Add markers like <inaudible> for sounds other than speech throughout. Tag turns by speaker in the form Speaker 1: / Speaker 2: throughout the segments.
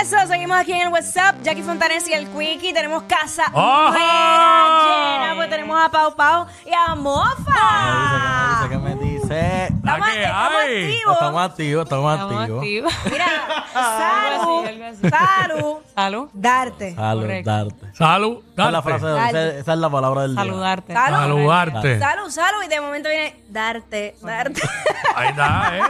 Speaker 1: Eso, seguimos aquí en el WhatsApp. Jackie Fontanes y el Quickie. Tenemos casa
Speaker 2: ¡Ojo!
Speaker 1: nueva, llena, pues tenemos a Pau Pau y a Mofa.
Speaker 3: ¿Qué me dice?
Speaker 2: La
Speaker 1: Estamos,
Speaker 2: que
Speaker 1: estamos
Speaker 2: hay.
Speaker 1: activos.
Speaker 3: Estamos activos, estamos
Speaker 4: Estamos
Speaker 3: activos.
Speaker 4: activos. <laughs>
Speaker 1: Mira,
Speaker 4: Algo
Speaker 1: Saru,
Speaker 4: así, algo así.
Speaker 1: Saru,
Speaker 4: Salud.
Speaker 1: darte.
Speaker 3: Saludarte. Esa
Speaker 2: Salud.
Speaker 3: es la frase,
Speaker 4: Darte.
Speaker 3: esa, esa es la palabra del día.
Speaker 4: Saludarte.
Speaker 1: Salud.
Speaker 2: Saludarte.
Speaker 1: Saru, Saru, y de momento viene darte, darte. <laughs>
Speaker 2: Ahí está, ¿eh?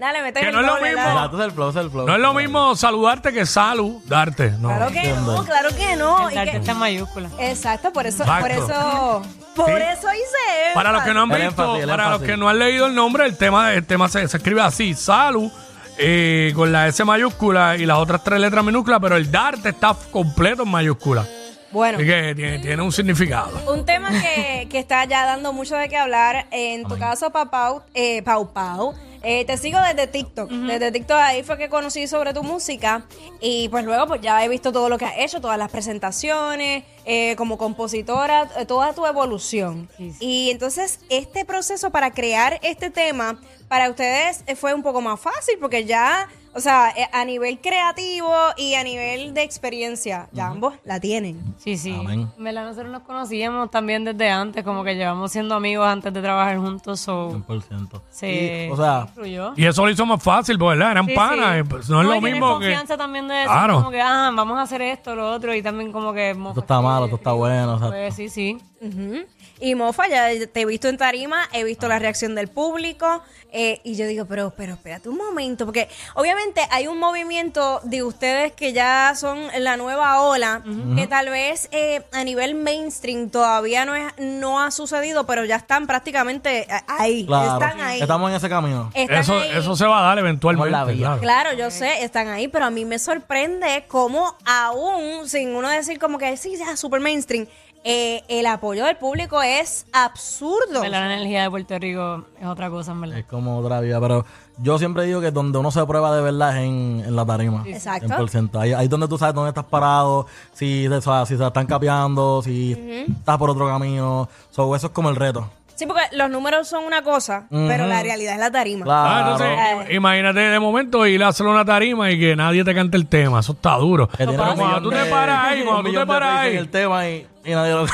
Speaker 1: Dale, mete
Speaker 2: Que
Speaker 1: el
Speaker 2: no es lo
Speaker 1: doble,
Speaker 2: mismo.
Speaker 1: dale.
Speaker 3: Exacto, es el flow, es el flow.
Speaker 2: No es lo mismo saludarte que saludarte. No.
Speaker 1: Claro que no, claro que no. Y
Speaker 4: Darte
Speaker 1: que-
Speaker 4: está en mayúscula.
Speaker 1: Exacto, por eso,
Speaker 2: Exacto.
Speaker 1: por eso, por
Speaker 2: Sí.
Speaker 1: eso hice
Speaker 2: Para los que no han
Speaker 3: El
Speaker 2: visto,
Speaker 3: énfasis, el
Speaker 2: para los
Speaker 3: énfasis.
Speaker 2: que no han leído el nombre, el tema, el tema se, se escribe así, Salu, eh, con la S mayúscula y las otras tres letras minúsculas, pero el darte está completo en mayúscula.
Speaker 1: Bueno.
Speaker 2: Así que tiene, tiene un significado.
Speaker 1: Un tema que, que está ya dando mucho de qué hablar. Eh, En tu caso, Papau, eh, Pau Pau. eh, te sigo desde TikTok. Desde TikTok ahí fue que conocí sobre tu música. Y pues luego pues ya he visto todo lo que has hecho, todas las presentaciones, eh, como compositora, eh, toda tu evolución.
Speaker 4: Sí, sí.
Speaker 1: Y entonces este proceso para crear este tema, para ustedes eh, fue un poco más fácil porque ya, o sea, eh, a nivel creativo y a nivel de experiencia, ya ambos la tienen.
Speaker 4: Sí, sí.
Speaker 3: Amén.
Speaker 4: En verdad, nosotros nos conocíamos también desde antes, como que llevamos siendo amigos antes de trabajar juntos. o
Speaker 3: 100%.
Speaker 4: se
Speaker 3: Y, o sea,
Speaker 4: influyó.
Speaker 2: Y eso lo hizo más fácil, pues, ¿verdad? Eran
Speaker 4: Sí,
Speaker 2: panas.
Speaker 4: sí.
Speaker 2: eh, pues, No es
Speaker 4: y
Speaker 2: lo
Speaker 4: tienes
Speaker 2: mismo que.
Speaker 4: confianza también de decir
Speaker 2: Claro.
Speaker 4: como que, ah, vamos a hacer esto, lo otro, y también como que...
Speaker 3: esto está malo, esto está bueno. O sea,
Speaker 4: Pues sí, sí.
Speaker 1: Ujú. Y Mofa, ya te he visto en tarima, he visto
Speaker 2: Ah.
Speaker 1: la reacción del público eh, y yo digo, pero, pero espérate un momento, porque obviamente hay un movimiento de ustedes que ya son la nueva ola, que tal vez eh, a nivel mainstream todavía no, es, no ha sucedido, pero ya están prácticamente a- ahí,
Speaker 3: claro,
Speaker 1: están ahí.
Speaker 3: estamos en ese camino.
Speaker 1: están
Speaker 2: Eso,
Speaker 1: ahí.
Speaker 2: eso se va a dar eventualmente.
Speaker 3: Como la vida.
Speaker 2: claro.
Speaker 1: Claro, yo sé, están ahí, pero a mí me sorprende cómo aún, sin uno decir como que sí, sea super mainstream, eh, el apoyo del público es absurdo.
Speaker 4: En verdad, La energía de Puerto Rico es otra cosa, en
Speaker 2: Eh,
Speaker 4: verdad.
Speaker 3: Es como otra vida, pero yo siempre digo que donde uno se prueba de verdad es en, en la tarima.
Speaker 1: Exacto.
Speaker 3: 100%. Ahí, ahí es donde tú sabes dónde estás parado, si, o sea, si se están capeando, si estás por otro camino. So, eso es como el reto.
Speaker 1: Sí, porque los números son una cosa, pero la realidad es la tarima.
Speaker 2: Ah,
Speaker 3: Claro.
Speaker 2: entonces, im- imagínate de momento ir a hacer una tarima y que nadie te cante el tema. Eso está duro.
Speaker 3: Que tiene
Speaker 2: Pero
Speaker 3: un
Speaker 2: cuando
Speaker 3: millón
Speaker 2: tú
Speaker 3: de-
Speaker 2: te paras ahí,
Speaker 3: <laughs> un
Speaker 2: cuando tú te
Speaker 3: millón de
Speaker 2: paras
Speaker 3: plays en
Speaker 2: ahí.
Speaker 3: el tema y, y nadie lo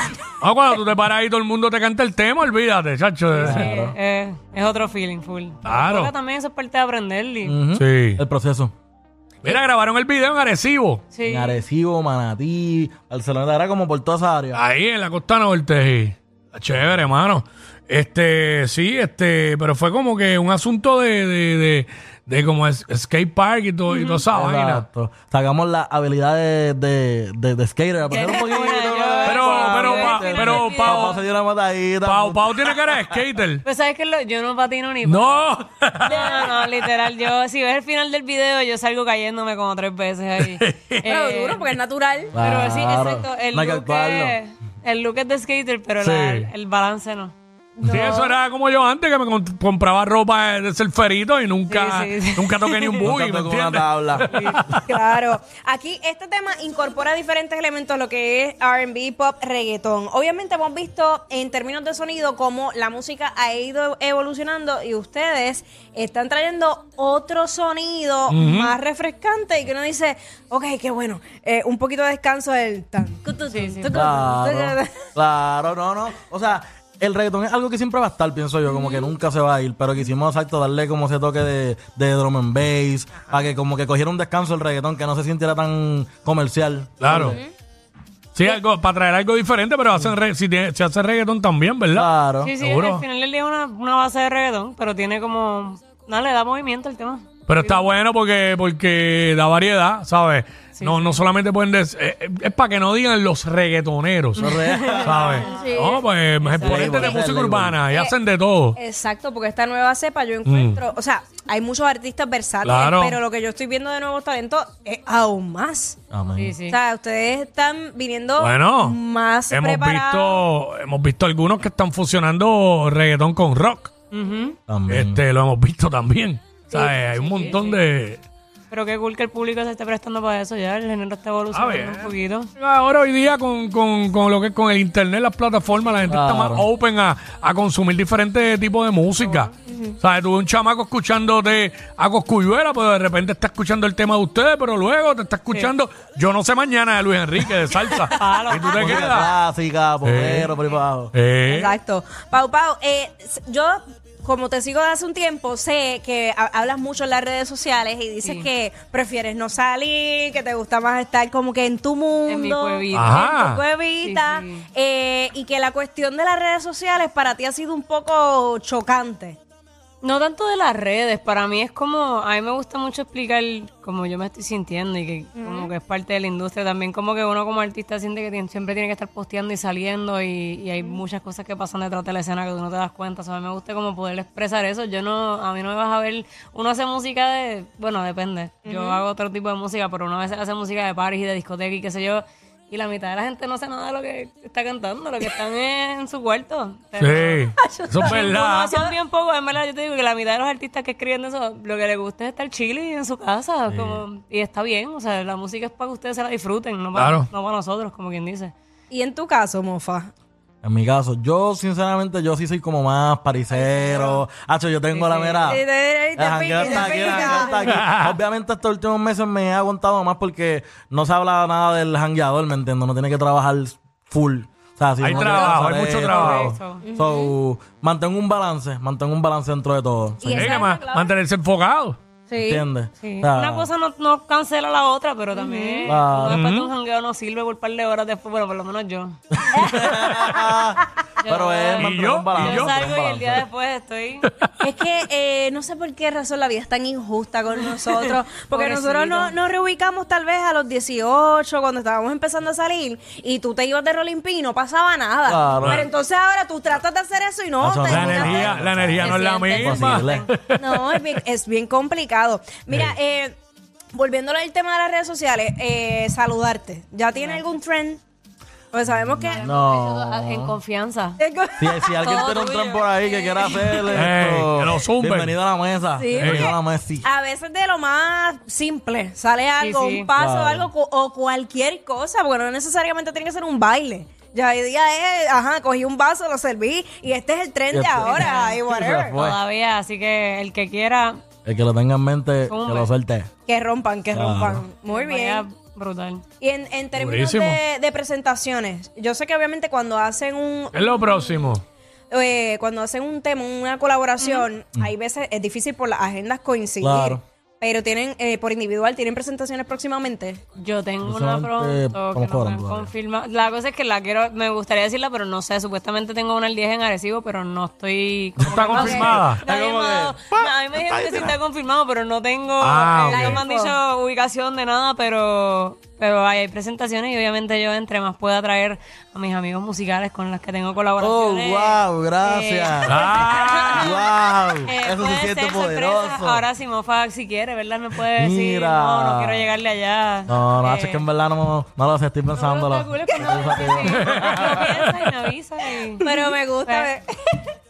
Speaker 2: Ah, cuando tú te paras ahí, todo el mundo te canta el tema, olvídate, chacho.
Speaker 4: Eh, eh, es otro feeling, full.
Speaker 2: Claro. Mm.
Speaker 4: Porque también eso es parte de aprender, y-
Speaker 2: Sí.
Speaker 3: El proceso.
Speaker 2: Mira, grabaron el video en Arecibo.
Speaker 4: Sí.
Speaker 3: En Arecibo, Manatí, Barcelona, era como por toda esa área.
Speaker 2: Ahí en la costa norte. sí. Chévere, hermano. Este, sí, este, pero fue como que un asunto de, de, de, de como es- skate park y, todo, y toda esa Ah, vaina.
Speaker 3: Exacto. Sacamos la habilidad de, de, de, de skater. aprender un poquito,
Speaker 4: Mira, yo-
Speaker 3: ¿verdad?
Speaker 2: Pero- pero
Speaker 3: Sí,
Speaker 2: pa-
Speaker 3: sí,
Speaker 2: pero
Speaker 3: sí.
Speaker 2: Pau-
Speaker 3: Pau se dio una matadita.
Speaker 2: Pau, Pau tiene cara de
Speaker 3: <laughs>
Speaker 2: skater.
Speaker 4: Pues sabes que lo- yo no patino ni
Speaker 2: ¡No!
Speaker 4: No, no, literal. Yo, si ves el final del video, yo salgo cayéndome como tres veces ahí. Eh,
Speaker 1: <laughs> Pero duro, porque es natural.
Speaker 4: Pero sí,
Speaker 3: Claro.
Speaker 4: exacto. El
Speaker 3: No hay que
Speaker 4: look,
Speaker 3: actuarlo.
Speaker 4: es, el look es de skater, pero
Speaker 2: Sí.
Speaker 4: la- el balance no.
Speaker 2: Sí, eso era como yo antes, que me comp- compraba ropa de surferito y nunca,
Speaker 4: Sí, sí, sí.
Speaker 2: nunca toqué ni
Speaker 4: <laughs>
Speaker 2: un buggy,
Speaker 3: Nunca
Speaker 2: ¿me
Speaker 3: tocó una
Speaker 2: entiendes?
Speaker 3: tabla.
Speaker 1: Claro. Aquí este tema incorpora diferentes elementos, lo que es RB, pop, reggaetón. Obviamente hemos visto en términos de sonido cómo la música ha ido evolucionando y ustedes están trayendo otro sonido más refrescante y que uno dice, ok, qué bueno, eh, un poquito de descanso del tan. <laughs>
Speaker 3: Claro, claro, no, no. O sea, el reggaetón es algo que siempre va a estar, pienso yo, como que nunca se va a ir, pero quisimos exacto darle como ese toque de, de drum and bass, para que como que cogiera un descanso el reggaetón, que no se sintiera tan comercial.
Speaker 2: Claro. Sí, algo, para traer algo diferente, pero hacen re- si, tiene- si hace reggaetón también, ¿verdad?
Speaker 3: Claro.
Speaker 4: Sí, sí,
Speaker 2: Seguro.
Speaker 4: al final del día es una, una base de reggaetón, pero tiene como. No, le da movimiento al tema.
Speaker 2: Pero está bueno porque, porque da variedad, ¿sabes? no, no solamente pueden decir, es para que no digan los reggaetoneros,
Speaker 4: <laughs>
Speaker 2: <laughs> ¿sabes? No, pues exponentes de música
Speaker 3: Label, label.
Speaker 4: Eh,
Speaker 2: urbana y hacen de todo.
Speaker 1: Exacto, porque esta nueva cepa yo encuentro, o sea, hay muchos artistas versátiles,
Speaker 2: Claro.
Speaker 1: pero lo que yo estoy viendo de nuevos talentos es aún más.
Speaker 3: Amén.
Speaker 4: Sí,
Speaker 1: O
Speaker 4: sí.
Speaker 1: sea, ustedes están viniendo
Speaker 2: Bueno,
Speaker 1: más
Speaker 2: hemos
Speaker 1: preparados.
Speaker 2: visto, hemos visto algunos que están fusionando reggaetón con rock.
Speaker 4: Ujú.
Speaker 3: Amén.
Speaker 2: Eh, Este, lo hemos visto también. ¿Sabes? Hay un montón de,
Speaker 4: Pero qué cool que el público se esté prestando para eso ya. El género está
Speaker 1: Ah,
Speaker 4: evolucionando un
Speaker 2: bien.
Speaker 4: poquito.
Speaker 2: Ahora hoy día con, con, con lo que es con el internet, las plataformas, la gente está más
Speaker 3: Claro.
Speaker 2: open a, a consumir diferentes tipos de música. O sea, tuve un chamaco escuchándote a Coscuyuela, pero de repente está escuchando el tema de ustedes, pero luego te está escuchando Yo no sé mañana de Luis Enrique, de salsa.
Speaker 3: Ah,
Speaker 4: Palo.
Speaker 2: y tú te
Speaker 3: Música
Speaker 2: quedas.
Speaker 3: clásica, popero, por ahí para abajo.
Speaker 2: Eh,
Speaker 1: Exacto. Pau, Pau, eh, s- yo, como te sigo de hace un tiempo, sé que ha- hablas mucho en las redes sociales y dices que prefieres no salir, que te gusta más estar como que en tu mundo.
Speaker 4: mi cuevita.
Speaker 2: Ajá.
Speaker 1: En tu cuevita.
Speaker 4: Sí, sí.
Speaker 1: eh, y que la cuestión de las redes sociales para ti ha sido un poco chocante.
Speaker 4: No tanto de las redes, para mí es como, a mí me gusta mucho explicar cómo yo me estoy sintiendo y que como que es parte de la industria también, como que uno como artista siente que tiene- siempre tiene que estar posteando y saliendo y, y hay muchas cosas que pasan detrás de la escena que tú no te das cuenta, o sea, a mí me gusta como poder expresar eso, yo no, a mí no me vas a ver, uno hace música de, bueno, depende, yo hago otro tipo de música, pero uno a veces hace música de parties y de discoteca y qué sé yo. Y la mitad de la gente no hace nada de lo que está cantando, lo que están <laughs> en su cuarto.
Speaker 2: sí, eso es
Speaker 4: Ninguno,
Speaker 2: verdad.
Speaker 4: son bien pocos, en verdad yo te digo que la mitad de los artistas que escriben de eso, lo que les gusta es estar chile en su casa, como, y está bien, o sea, la música es para que ustedes se la disfruten, no para,
Speaker 2: Claro.
Speaker 4: no para nosotros, como quien dice.
Speaker 1: Y en tu caso, Mofa.
Speaker 3: En mi caso, yo sinceramente, yo sí soy como más paricero. Hacho, yo tengo la mera.
Speaker 1: Y te- y te
Speaker 3: La
Speaker 1: pica,
Speaker 3: janguera está
Speaker 1: y te
Speaker 3: aquí, la
Speaker 1: pica.
Speaker 3: janguera está
Speaker 4: <laughs>
Speaker 3: aquí. Obviamente estos últimos meses me he aguantado más porque no se habla nada del jangueador, ¿me entiendes? No tiene que trabajar full. O sea, si
Speaker 2: Hay
Speaker 3: uno quiere
Speaker 2: trabajo, hay
Speaker 3: hacer
Speaker 2: mucho
Speaker 3: esto,
Speaker 2: trabajo.
Speaker 3: So, mantengo un balance, mantengo un balance dentro de todo.
Speaker 1: Y
Speaker 2: Hay
Speaker 1: esa
Speaker 2: que
Speaker 1: es
Speaker 2: ma-
Speaker 1: la clave.
Speaker 2: mantenerse enfocado.
Speaker 1: Sí.
Speaker 3: ¿Entiendes?
Speaker 4: Sí.
Speaker 3: O sea,
Speaker 4: Una cosa no, no cancela la otra, pero también
Speaker 3: Claro.
Speaker 4: uno después de un jangueo no sirve por un par de horas después, bueno, por lo menos yo.
Speaker 3: pero es
Speaker 2: ¿Y
Speaker 3: mantener
Speaker 2: yo?
Speaker 3: un balance.
Speaker 2: ¿Y
Speaker 4: Yo
Speaker 2: yo?
Speaker 3: mantener un
Speaker 4: salgo y el
Speaker 3: balance.
Speaker 4: día después estoy...
Speaker 1: <laughs> Es que eh, no sé por qué razón la vida es tan injusta con nosotros. Porque
Speaker 4: Pobrecito.
Speaker 1: nosotros no, nos reubicamos tal vez a los 18, cuando estábamos empezando a salir, y tú te ibas de Rolling Pin y no pasaba nada.
Speaker 3: Claro.
Speaker 1: Pero entonces ahora tú tratas de hacer eso y no.
Speaker 3: Eso,
Speaker 2: La
Speaker 1: terminas-
Speaker 2: energía, la energía no es la
Speaker 4: Te sientes
Speaker 2: misma.
Speaker 3: Imposible.
Speaker 1: No, es bien, es bien complicado. Mira, eh, volviéndolo al tema de las redes sociales, eh, saludarte. ¿Ya tiene algún trend? Pues sabemos que... <laughs>
Speaker 3: No.
Speaker 4: En confianza.
Speaker 3: Si, si alguien
Speaker 4: Todo
Speaker 3: tiene un
Speaker 4: tuyo.
Speaker 3: tren por ahí que quiera hacerle
Speaker 2: Ey, que lo zumben.
Speaker 3: bienvenido a la mesa.
Speaker 1: Sí,
Speaker 3: bienvenido
Speaker 1: porque-
Speaker 3: a la mesa. sí.
Speaker 1: A veces de lo más simple sale algo,
Speaker 4: sí.
Speaker 1: un paso,
Speaker 3: Claro.
Speaker 1: algo cu- o cualquier cosa, porque no necesariamente tiene que ser un baile. Ya hoy día es, ajá, cogí un vaso, lo serví y este es el tren de
Speaker 3: Este-
Speaker 1: ahora y
Speaker 3: Se
Speaker 1: whatever.
Speaker 3: fue.
Speaker 4: Todavía, así que el que quiera,
Speaker 3: El que lo tenga en mente, que
Speaker 4: Zumbe.
Speaker 3: lo suelte.
Speaker 1: Que rompan, que
Speaker 3: Claro.
Speaker 1: rompan. Muy bien.
Speaker 4: vaya brutal.
Speaker 1: Y en, en términos
Speaker 2: Durísimo.
Speaker 1: de, de presentaciones, yo sé que obviamente cuando hacen un,
Speaker 2: <laughs> Es lo próximo.
Speaker 1: eh, cuando hacen un tema, una colaboración,
Speaker 4: Mm.
Speaker 1: hay veces es difícil por las agendas coincidir.
Speaker 3: Mm. Claro.
Speaker 1: Pero tienen, eh, por individual, tienen presentaciones próximamente.
Speaker 4: Yo tengo
Speaker 3: Usualmente
Speaker 4: una
Speaker 2: eh,
Speaker 4: pronto que
Speaker 3: estamos
Speaker 4: no me han
Speaker 3: cobrando todavía.
Speaker 4: confirmado. La cosa es que la quiero, me gustaría decirla, pero no sé. Supuestamente tengo una el 10 en Arecibo, pero
Speaker 2: <laughs>
Speaker 4: no estoy. como
Speaker 2: está
Speaker 4: que no sé.
Speaker 2: confirmada.
Speaker 4: Nadie
Speaker 3: Está
Speaker 4: me
Speaker 3: como
Speaker 4: ha dado- A mí me dijeron que sí está confirmado, pero no tengo.
Speaker 2: Ah,
Speaker 4: eh,
Speaker 2: ok.
Speaker 4: No me han dicho ubicación de nada, pero pero hay, hay presentaciones y obviamente yo entre más pueda traer a mis amigos musicales con los que tengo
Speaker 3: Oh,
Speaker 4: colaboraciones.
Speaker 3: wow, gracias.
Speaker 2: Ah,
Speaker 3: Wow,
Speaker 4: Eh,
Speaker 3: eso se
Speaker 4: puede
Speaker 3: siente
Speaker 4: ser sorpresa.
Speaker 3: poderoso.
Speaker 4: Ahora si Mofa si quiere, ¿verdad? Me puede decir,
Speaker 3: Mira.
Speaker 4: no, no quiero llegarle allá.
Speaker 3: no, no,
Speaker 4: Eh,
Speaker 3: es que en verdad no, no lo sé, estoy
Speaker 4: No,
Speaker 3: pensándolo.
Speaker 4: está cool, es que no, sí, sí. <laughs> Lo piensa y me avisa y-
Speaker 1: Pero me gusta
Speaker 4: Eh,
Speaker 1: ver.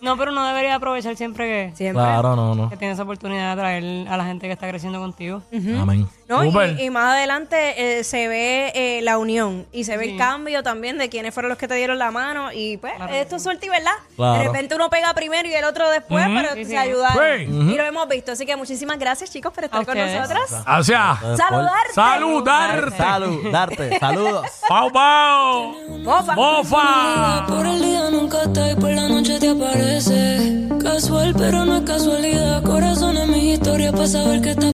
Speaker 4: No, pero uno debería aprovechar siempre que,
Speaker 1: Siempre.
Speaker 3: Claro, no, no.
Speaker 4: que tienes esa oportunidad de traer a la gente que está creciendo contigo.
Speaker 3: Amén.
Speaker 1: No,
Speaker 2: Súper.
Speaker 1: y, y más adelante eh, se ve eh, la unión y se ve el cambio también de quienes fueron los que te dieron la mano y pues esto es suerte y verdad. De
Speaker 3: Claro.
Speaker 1: repente uno pega primero y el otro después, pero se ayudaron.
Speaker 2: Sí.
Speaker 1: Y lo hemos visto, así que muchísimas gracias chicos por estar
Speaker 4: A
Speaker 1: con
Speaker 4: ustedes.
Speaker 1: nosotros.
Speaker 2: hacia
Speaker 1: Saludarte.
Speaker 2: saludar.
Speaker 3: Salud, darte, saludos.
Speaker 2: Pau, pau.
Speaker 1: Mofa.
Speaker 2: Mofa.
Speaker 5: Por el día nunca está y por la noche te aparece. Casual, pero no es casualidad. Corazón en mis historias para saber que estás.